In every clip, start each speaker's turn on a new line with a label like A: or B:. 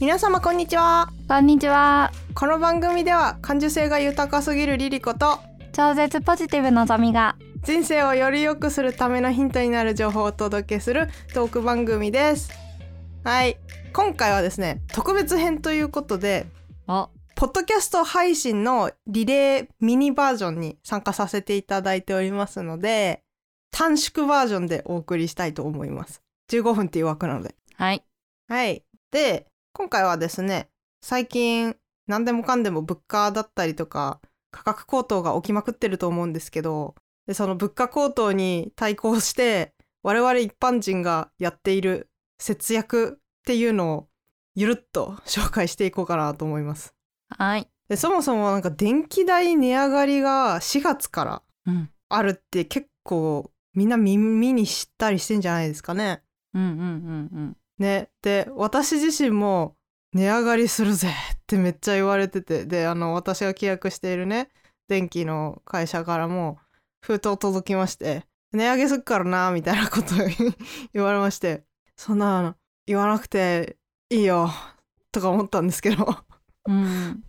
A: 皆様こんにちは
B: こんにちは
A: この番組では感受性が豊かすぎるリリコと
B: 超絶ポジティブのぞみが
A: 人生をより良くするためのヒントになる情報をお届けするトーク番組ですはい今回はですね特別編ということで
B: お
A: ポッドキャスト配信のリレーミニバージョンに参加させていただいておりますので短縮バージョンでお送りしたいと思います15分っていう枠なので
B: はい
A: はい。で、今回はですね、最近何でもかんでも物価だったりとか価格高騰が起きまくってると思うんですけど、でその物価高騰に対抗して我々一般人がやっている節約っていうのをゆるっと紹介していこうかなと思います。
B: はい
A: でそもそもなんか電気代値上がりが4月から
B: うん
A: あるって結構みんな耳にしたりしてんじゃないですかね。
B: うんうんうん
A: ねで私自身も値上がりするぜってめっちゃ言われててであの私が契約しているね電気の会社からも封筒届きまして値上げすっからなみたいなこと 言われましてそんなあの言わなくていいよとか思ったんですけど
B: うんうん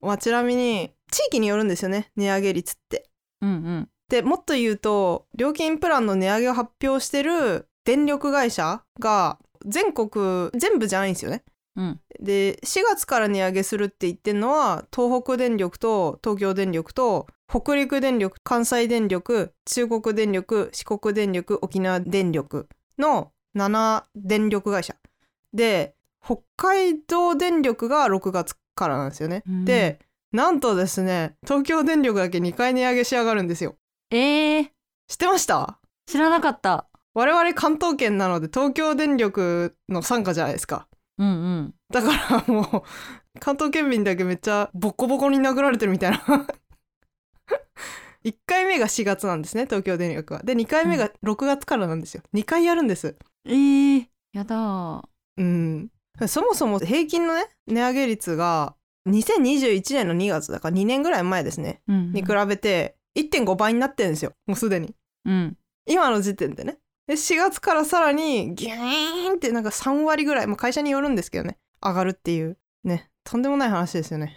A: まあちなみに地域によるんですよね値上げ率って。
B: うんうん
A: でもっと言うと料金プランの値上げを発表してる電力会社が全国全部じゃないんですよね。
B: うん
A: で4月から値上げするって言ってるのは東北電力と東京電力と北陸電力関西電力中国電力四国電力沖縄電力の7電力会社で北海道電力が6月からなんですよね。
B: うん
A: でなんとですね東京電力だけ2回値上げし上がるんですよ。
B: えー、
A: 知ってました
B: 知らなかった
A: 我々関東圏なので東京電力の傘下じゃないですか
B: うんうん
A: だからもう関東県民だけめっちゃボッコボコに殴られてるみたいな1回目が4月なんですね東京電力はで2回目が6月からなんですよ2回やるんです
B: えー、やだー
A: うんそもそも平均のね値上げ率が2021年の2月だから2年ぐらい前ですね
B: うんうん
A: に比べて1.5倍になってるんですよもうすでに
B: うん
A: 今の時点でねで4月からさらにギューンってなんか3割ぐらい、まあ、会社によるんですけどね上がるっていうねとんでもない話ですよね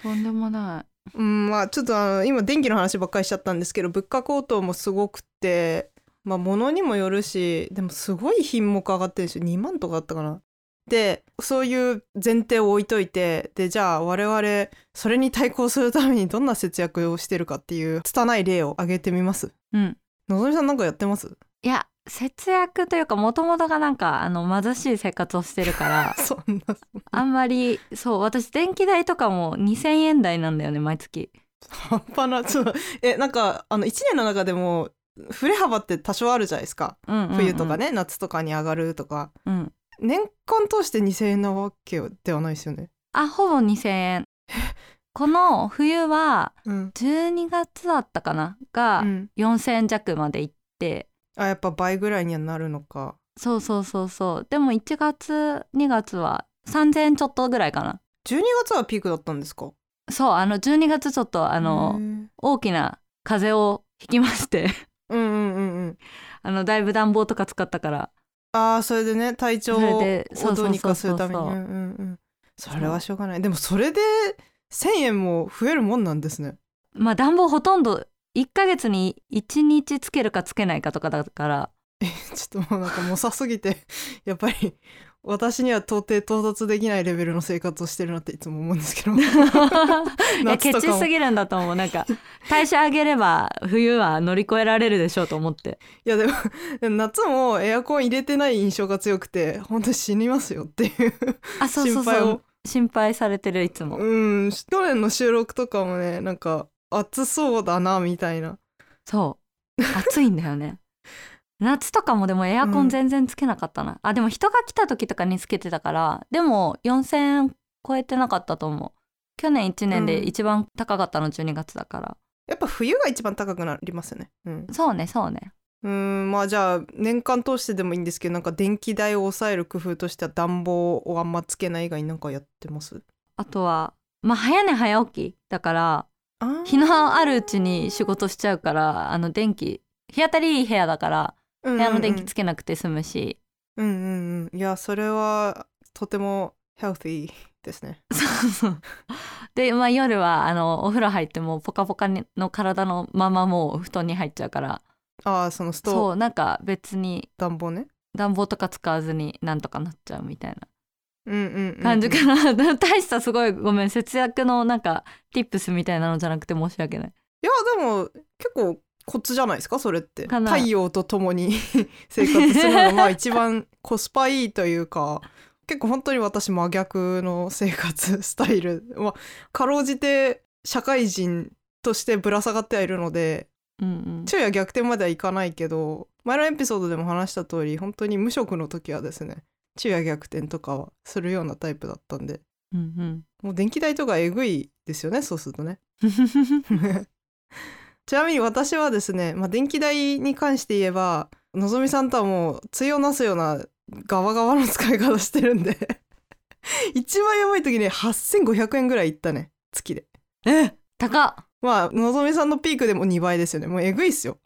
B: とんでもな
A: うんまあちょっとあの今電気の話ばっかりしちゃったんですけど物価高騰もすごくてまあ物にもよるしでもすごい品目上がってるでしょ2万とかあったかなでそういう前提を置いといてでじゃあ我々それに対抗するためにどんな節約をしてるかっていう拙い例を挙げてみます
B: いうん
A: のぞみさんなんかやってます
B: いや節約というかもともとがなんかあの貧しい生活をしてるから
A: そんな
B: あんまりそう私電気代とかも2,000円台なんだよね毎月
A: 半端なちょっとえなんかあの1年の中でも振れ幅って多少あるじゃないですか
B: うんうんうん
A: 冬とかね、夏とかに上がるとか
B: うん
A: 年間通して2,000円なわけではないですよね。
B: あほぼ2,000円この冬は
A: うん
B: 12月だったかなが
A: うん
B: 4,000円弱まで行って、
A: あやっぱ倍ぐらいにはなるのか
B: そうそうそうそうでも1月2月は3,000円ちょっとぐらいかな
A: 12月はピークだったんですか
B: そうあの12月ちょっとあ
A: あう
B: の
A: ん
B: 大きな風邪をひきまして
A: うんうんうん
B: あのだいぶ暖房とか使ったから
A: ああそれでね体調
B: そ
A: を
B: れでそう
A: ど
B: そううそうそうそう
A: にかするためにうんうんうんそれはしょうがないでもそれで1,000円も増えるもんなんですね。
B: まあ暖房ほとんど1ヶ月に1日つけるかつけないかとかだから
A: ちょっともうなんかもさすぎて やっぱり私には到底到達できないレベルの生活をしてるなっていつも思うんですけ ど
B: いや
A: 夏
B: ケ
A: と
B: チ
A: かも
B: す
A: い
B: ぎるんだと思うなんか代謝上げれば冬は乗り越えられるでしょうと思って
A: やでも でも夏もエアコン入れてない印象が強くて本当に死にますよっていう
B: あそうそ
A: 心
B: う
A: 配
B: そ
A: を
B: う心配されてるいつも
A: うん去年の収録とかもねなんか暑そうだなみたいな
B: そう暑いんだよね夏とかもでもエアコン全然つけなかったな、あでも人が来た時とかにつけてたからでも4,000円超えてなかったと思う去年1年で一番高かったの12月だから、
A: やっぱ冬が一番高くなりますよねうん
B: そうねそうね
A: うんまあじゃあ年間通してでもいいんですけどなんか電気代を抑える工夫としては暖房をあんまつけない以外になんかやってます
B: あとはまあ早寝早起きだから
A: あー
B: 日のあるうちに仕事しちゃうからあの電気日当たりいい部屋だから
A: うんう
B: 部
A: んうん
B: 屋の電気つけなくて済むし、
A: うんうんうんいやそれはとても healthy ですね。
B: そうそう で、まあ、夜はあのお風呂入ってもうポカポカにの体のままもう布団に入っちゃうから
A: ああ、そのストー
B: そうなんか別に
A: 暖房ね。
B: 暖房とか使わずになんとかなっちゃうみたい
A: うんうんうんうん
B: な感じかな、 大したすごいごめん節約のなんか tips みたいなのじゃなくて申し訳ない
A: いやでも結構コツじゃないですかそれって
B: かな
A: 太陽と共に 生活するのがまあ一番コスパいいというか結構本当に私真逆の生活スタイル、 まあ、かろうじて社会人としてぶら下がってはいるので
B: うんうん
A: 昼夜逆転まではいかないけど前のエピソードでも話した通り本当に無職の時はですね昼夜逆転とかはするようなタイプだったんで
B: うん
A: もう電気代とかえぐいですよねそうするとね。
B: うん
A: ちなみに私はですね、まあ、電気代に関して言えばのぞみさんとはもう対をなすようなガバガバの使い方してるんで一番やばい時に8500円ぐらいいったね月で
B: え高っ
A: まあのぞみさんのピークでも2倍ですよねもうえぐいっすよ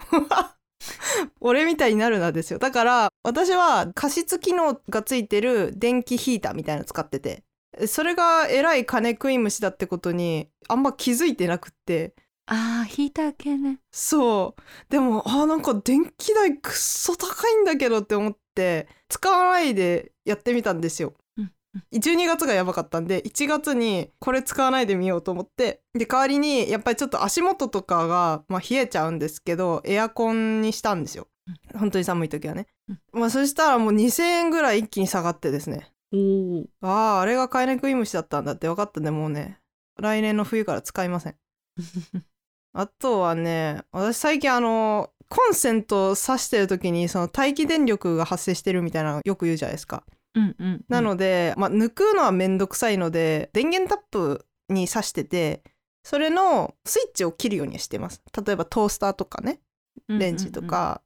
A: 俺みたいになるなですよだから私は加湿機能がついてる電気ヒーターみたいなの使っててそれがえらい金食い虫だってことにあんま気づいてなくって
B: あーヒーター系ね
A: そうでもあーなんか電気代くっそ高いんだけどって思って使わないでやってみたんですよ
B: うん。
A: 12月がやばかったんで1月にこれ使わないでみようと思ってで代わりにやっぱりちょっと足元とかが、まあ、冷えちゃうんですけどエアコンにしたんですよ本当に寒い時はね、まあ、そしたらもう2000円ぐらい一気に下がってですね
B: おお
A: あああれが飼い猫イムシだったんだって分かったんでもうね来年の冬から使いませ んあとはね私最近あのコンセント挿してる時にその待機電力が発生してるみたいなのよく言うじゃないですか
B: うんうん
A: なので、まあ、抜くのはめんどくさいので電源タップに挿しててそれのスイッチを切るようにしてます例えばトースターとかねレンジと、か、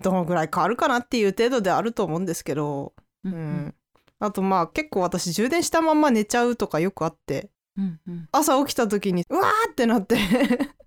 A: どのぐらい変わるかなっていう程度であると思うんですけど
B: うん
A: う
B: うん
A: ん、あとまあ結構私充電したまんま寝ちゃうとかよくあって
B: うんうん
A: 朝起きた時にうわーってなって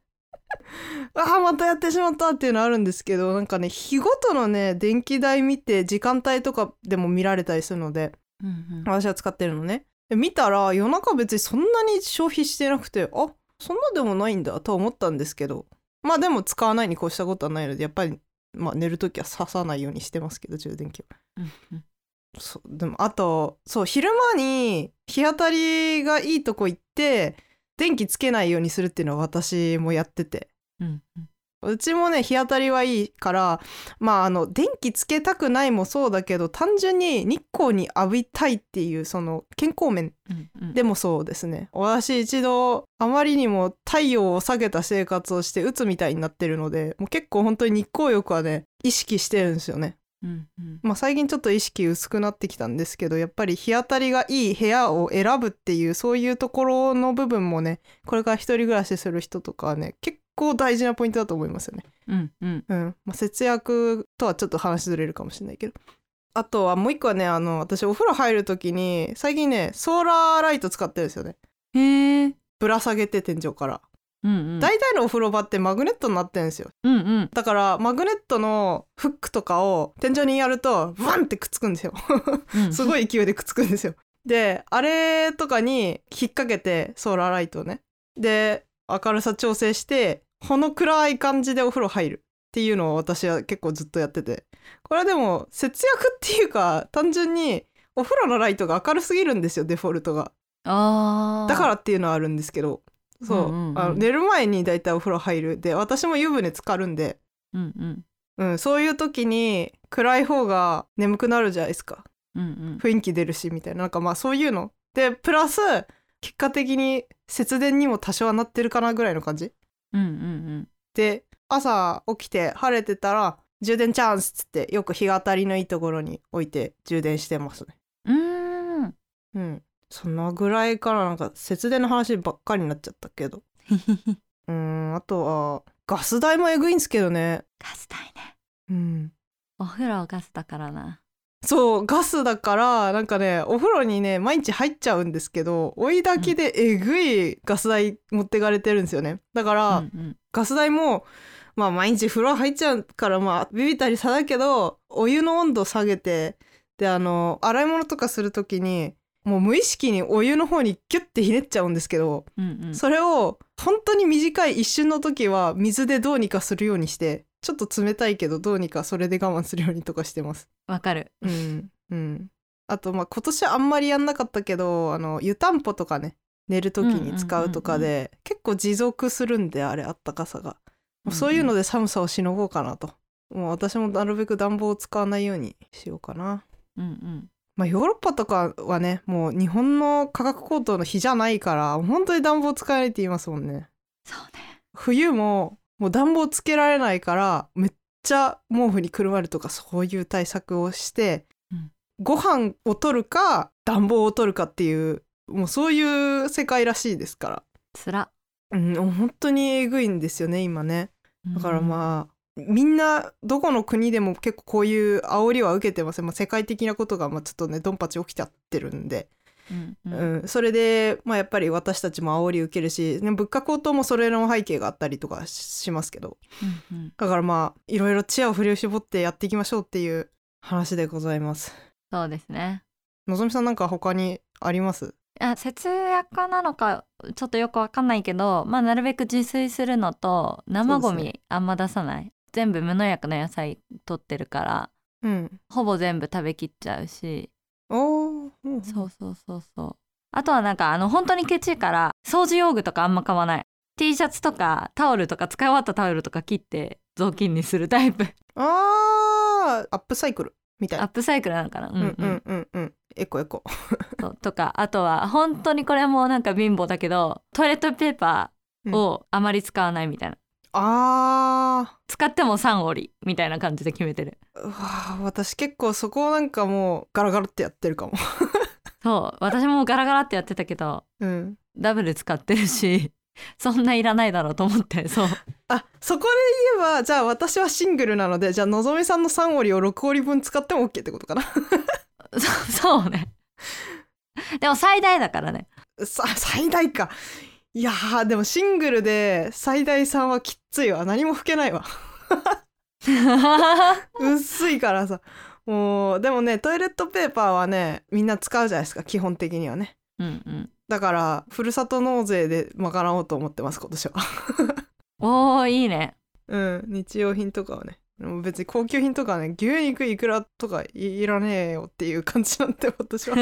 A: ああまたやってしまったっていうのあるんですけどなんかね日ごとのね電気代見て時間帯とかでも見られたりするので
B: うんうん
A: 私は使ってるのねで見たら夜中別にそんなに消費してなくてあそんなでもないんだとは思ったんですけどまあでも使わないに越したことはないのでやっぱり、まあ、寝る時は刺さないようにしてますけど充電器は
B: うんうん
A: そうでもあとそう昼間に日当たりがいいとこ行って電気つけないようにするっていうのは私もやってて
B: うん
A: うちもね日当たりはいいからまああの電気つけたくないもそうだけど単純に日光に浴びたいっていうその健康面
B: うんうん
A: でもそうですね私一度あまりにも太陽を下げた生活をして鬱みたいになってるのでもう結構本当に日光浴はね意識してるんですよね
B: うんうん
A: まあ、最近ちょっと意識薄くなってきたんですけどやっぱり日当たりがいい部屋を選ぶっていうそういうところの部分もねこれから一人暮らしする人とかはね結構大事なポイントだと思いますよね。
B: うんうん
A: うんまあ、節約とはちょっと話ずれるかもしれないけど。あとはもう一個はねあの私お風呂入る時に最近ねソーラーライト使ってるんですよね。
B: へえ
A: ぶら下げて天井から。
B: うんうん
A: 大体のお風呂場ってマグネットになってるんですよ。
B: うんうん
A: だからマグネットのフックとかを天井にやるとワンってくっつくんですよ。
B: うん
A: すごい勢いでくっつくんですよ。であれとかに引っ掛けてソーラーライトをねで明るさ調整してこの暗い感じでお風呂入るっていうのを私は結構ずっとやっててこれはでも節約っていうか単純にお風呂のライトが明るすぎるんですよデフォルトが
B: あー
A: だからっていうのはあるんですけどそう,、
B: うんうんうん
A: あの寝る前にだいたいお風呂入るで私も湯船浸かるんで、
B: うんうん
A: うん、そういう時に暗い方が眠くなるじゃないですか
B: うんうん
A: 雰囲気出るしみたいななんかまあそういうのでプラス結果的に節電にも多少はなってるかなぐらいの感じ
B: うんうん
A: で朝起きて晴れてたら充電チャンスっつってよく日当たりのいいところに置いて充電してますね
B: うんうーん
A: うんそのぐらいからなんか節電の話ばっかりになっちゃったけどうーんあとはガス代もえぐいんすけどね
B: ガス代ね
A: うん
B: お風呂ガスだからな
A: そうガスだからなんかねお風呂にね毎日入っちゃうんですけど追い炊きでえぐいガス代持ってかれてるんですよねだから、
B: うんうん
A: ガス代もまあ毎日風呂入っちゃうからまあビビったりさだけどお湯の温度下げてであの洗い物とかする時にもう無意識にお湯の方にギュッてひねっちゃうんですけど、
B: うんうん
A: それを本当に短い一瞬の時は水でどうにかするようにしてちょっと冷たいけどどうにかそれで我慢するようにとかしてます。
B: わかる
A: うんうん、あとまあ今年はあんまりやんなかったけどあの湯たんぽとかね寝る時に使うとかで、
B: うん
A: 結構持続するんであれあったかさが、
B: うんうん
A: そういうので寒さをしのごうかなともう私もなるべく暖房を使わないようにしようかな。
B: うんうん
A: まあ、ヨーロッパとかはねもう日本の価格高騰の日じゃないから本当に暖房使えないって言いますもんね
B: そうね
A: 冬ももう暖房つけられないからめっちゃ毛布にくるまるとかそういう対策をして、
B: うん
A: ご飯を取るか暖房を取るかっていうもうそういう世界らしいですか
B: つら
A: ら、うん、本当にえぐいんですよね今ねだから
B: あ
A: まあ、みんなどこの国でも結構こういう煽りは受けてますよ、まあ、世界的なことがまあちょっとねドンパチ起きちゃってるんで、
B: うんう
A: うんんそれで、まあ、やっぱり私たちも煽り受けるし、ね、物価高騰もそれの背景があったりとかししますけど
B: うんうん
A: だからまあいろいろ知恵を振り絞ってやっていきましょうっていう話でございます。
B: そうですね
A: のぞみさんなんか他にあります
B: あ節約家なのかちょっとよくわかんないけどまあなるべく自炊するのと生ゴ
A: そうです
B: ミあんま出さない、全部無農薬の野菜取ってるから
A: うん。
B: ほぼ全部食べきっちゃうし
A: おーうん
B: そうそうそうそうあとはなんかあの本当にケチいから掃除用具とかあんま買わない T シャツとかタオルとか使い終わったタオルとか切って雑巾にするタ イプ
A: あーアップサイクルみたい
B: アッ
A: な。
B: プサイクルなのかなうん
A: う
B: うんん、
A: うんうんうん。エコエコ。
B: そうとかあとは本当にこれもなんか貧乏だけどトイレットペーパーをあまり使わないみたいな、
A: あー。
B: 使っても3折みたいな感じで決めてる
A: うわあ私結構そこをなんかもうガラガラってやってるかも。
B: そう私もガラガラってやってたけど
A: うん、
B: ダブル使ってるし そんないらないだろうと思ってそう
A: あそこで言えばじゃあ私はシングルなのでじゃあのぞみさんの3折を6折分使っても OK ってことかな。
B: そうそうねでも最大だからね
A: さ最大か。いやーでもシングルで最大3はきっついわ何も吹けないわ薄いからさもうでもねトイレットペーパーはねみんな使うじゃないですか基本的にはね
B: うんうん
A: だからふるさと納税で賄おうと思ってます今年は
B: おーい いね
A: うん、日用品とかはねもう別に高級品とかはね牛肉いくらとかいいらねえよっていう感じなんで私 は、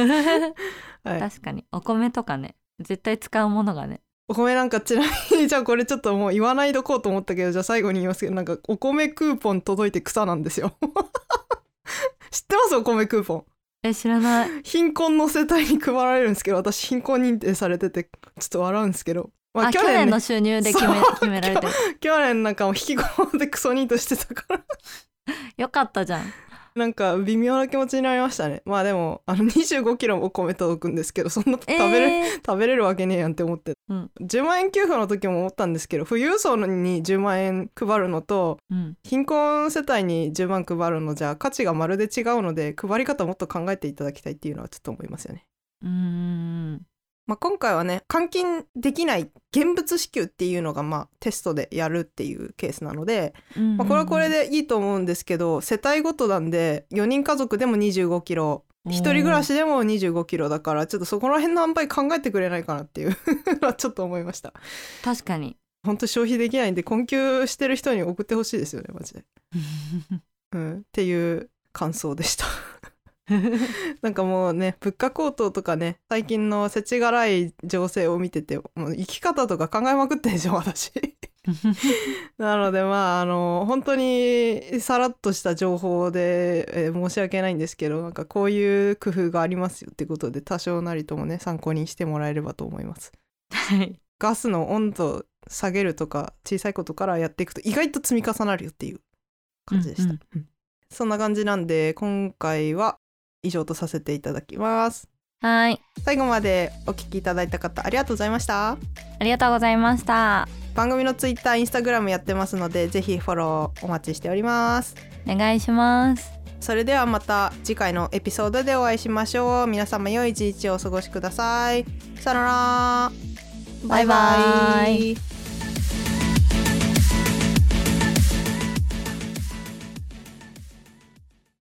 A: はい、
B: 確かにお米とかね絶対使うものがね
A: お米なんかちなみにじゃあこれちょっともう言わないどこうと思ったけどじゃあ最後に言いますけどなんかお米クーポン届いて草なんですよ 知ってますお米クーポン
B: え知らない
A: 貧困の世帯に配られるんですけど私貧困認定されててちょっと笑うんですけど、 ま
B: あ去
A: ね
B: 年の収入で決め
A: そう
B: 決められてる
A: 去年なんかもう引きこもってクソニートしてたから
B: よかったじゃん
A: なんか微妙な気持ちになりましたねまあでもあの25キロもお米届くんですけどそんな食べ
B: え
A: れる、
B: ー
A: 食べれるわけねえやんって思って、
B: うん
A: 10万円給付の時も思ったんですけど富裕層に10万円配るのと
B: うん、
A: 貧困世帯に10万配るのじゃ価値がまるで違うので配り方もっと考えていただきたいっていうのはちょっと思いますよね。
B: うーん
A: まあ、今回はね換金できない現物支給っていうのがまあテストでやるっていうケースなので、
B: うん
A: まあ、これはこれでいいと思うんですけど世帯ごとなんで4人家族でも25キロ
B: うん
A: 一人暮らしでも25キロだからちょっとそこら辺の販売考えてくれないかなっていう のはちょっと思いました
B: 確 かに
A: 本当消費できないんで困窮してる人に送ってほしいですよねマジで、うん、っていう感想でした なんかもうね物価高騰とかね最近の世知辛い情勢を見ててもう生き方とか考えまくってんでしょ私なのでまああの本当にさらっとした情報で、えー申し訳ないんですけどなんかこういう工夫がありますよってことで多少なりともね参考にしてもらえればと思います。
B: はい
A: ガスの温度下げるとか小さいことからやっていくと意外と積み重なるよっていう感じでした。
B: うんうん
A: うんそんな感じなんで今回は以上とさせていただきます。
B: はい
A: 最後までお聞きいただいた方ありがとうございました。
B: ありがとうございました
A: 番組のツイッター、インスタグラムやってますのでぜひフォローお待ちしております。
B: お願いします
A: それではまた次回のエピソードでお会いしましょう皆様良い一日をお過ごしくださいさよなら
B: バイバイ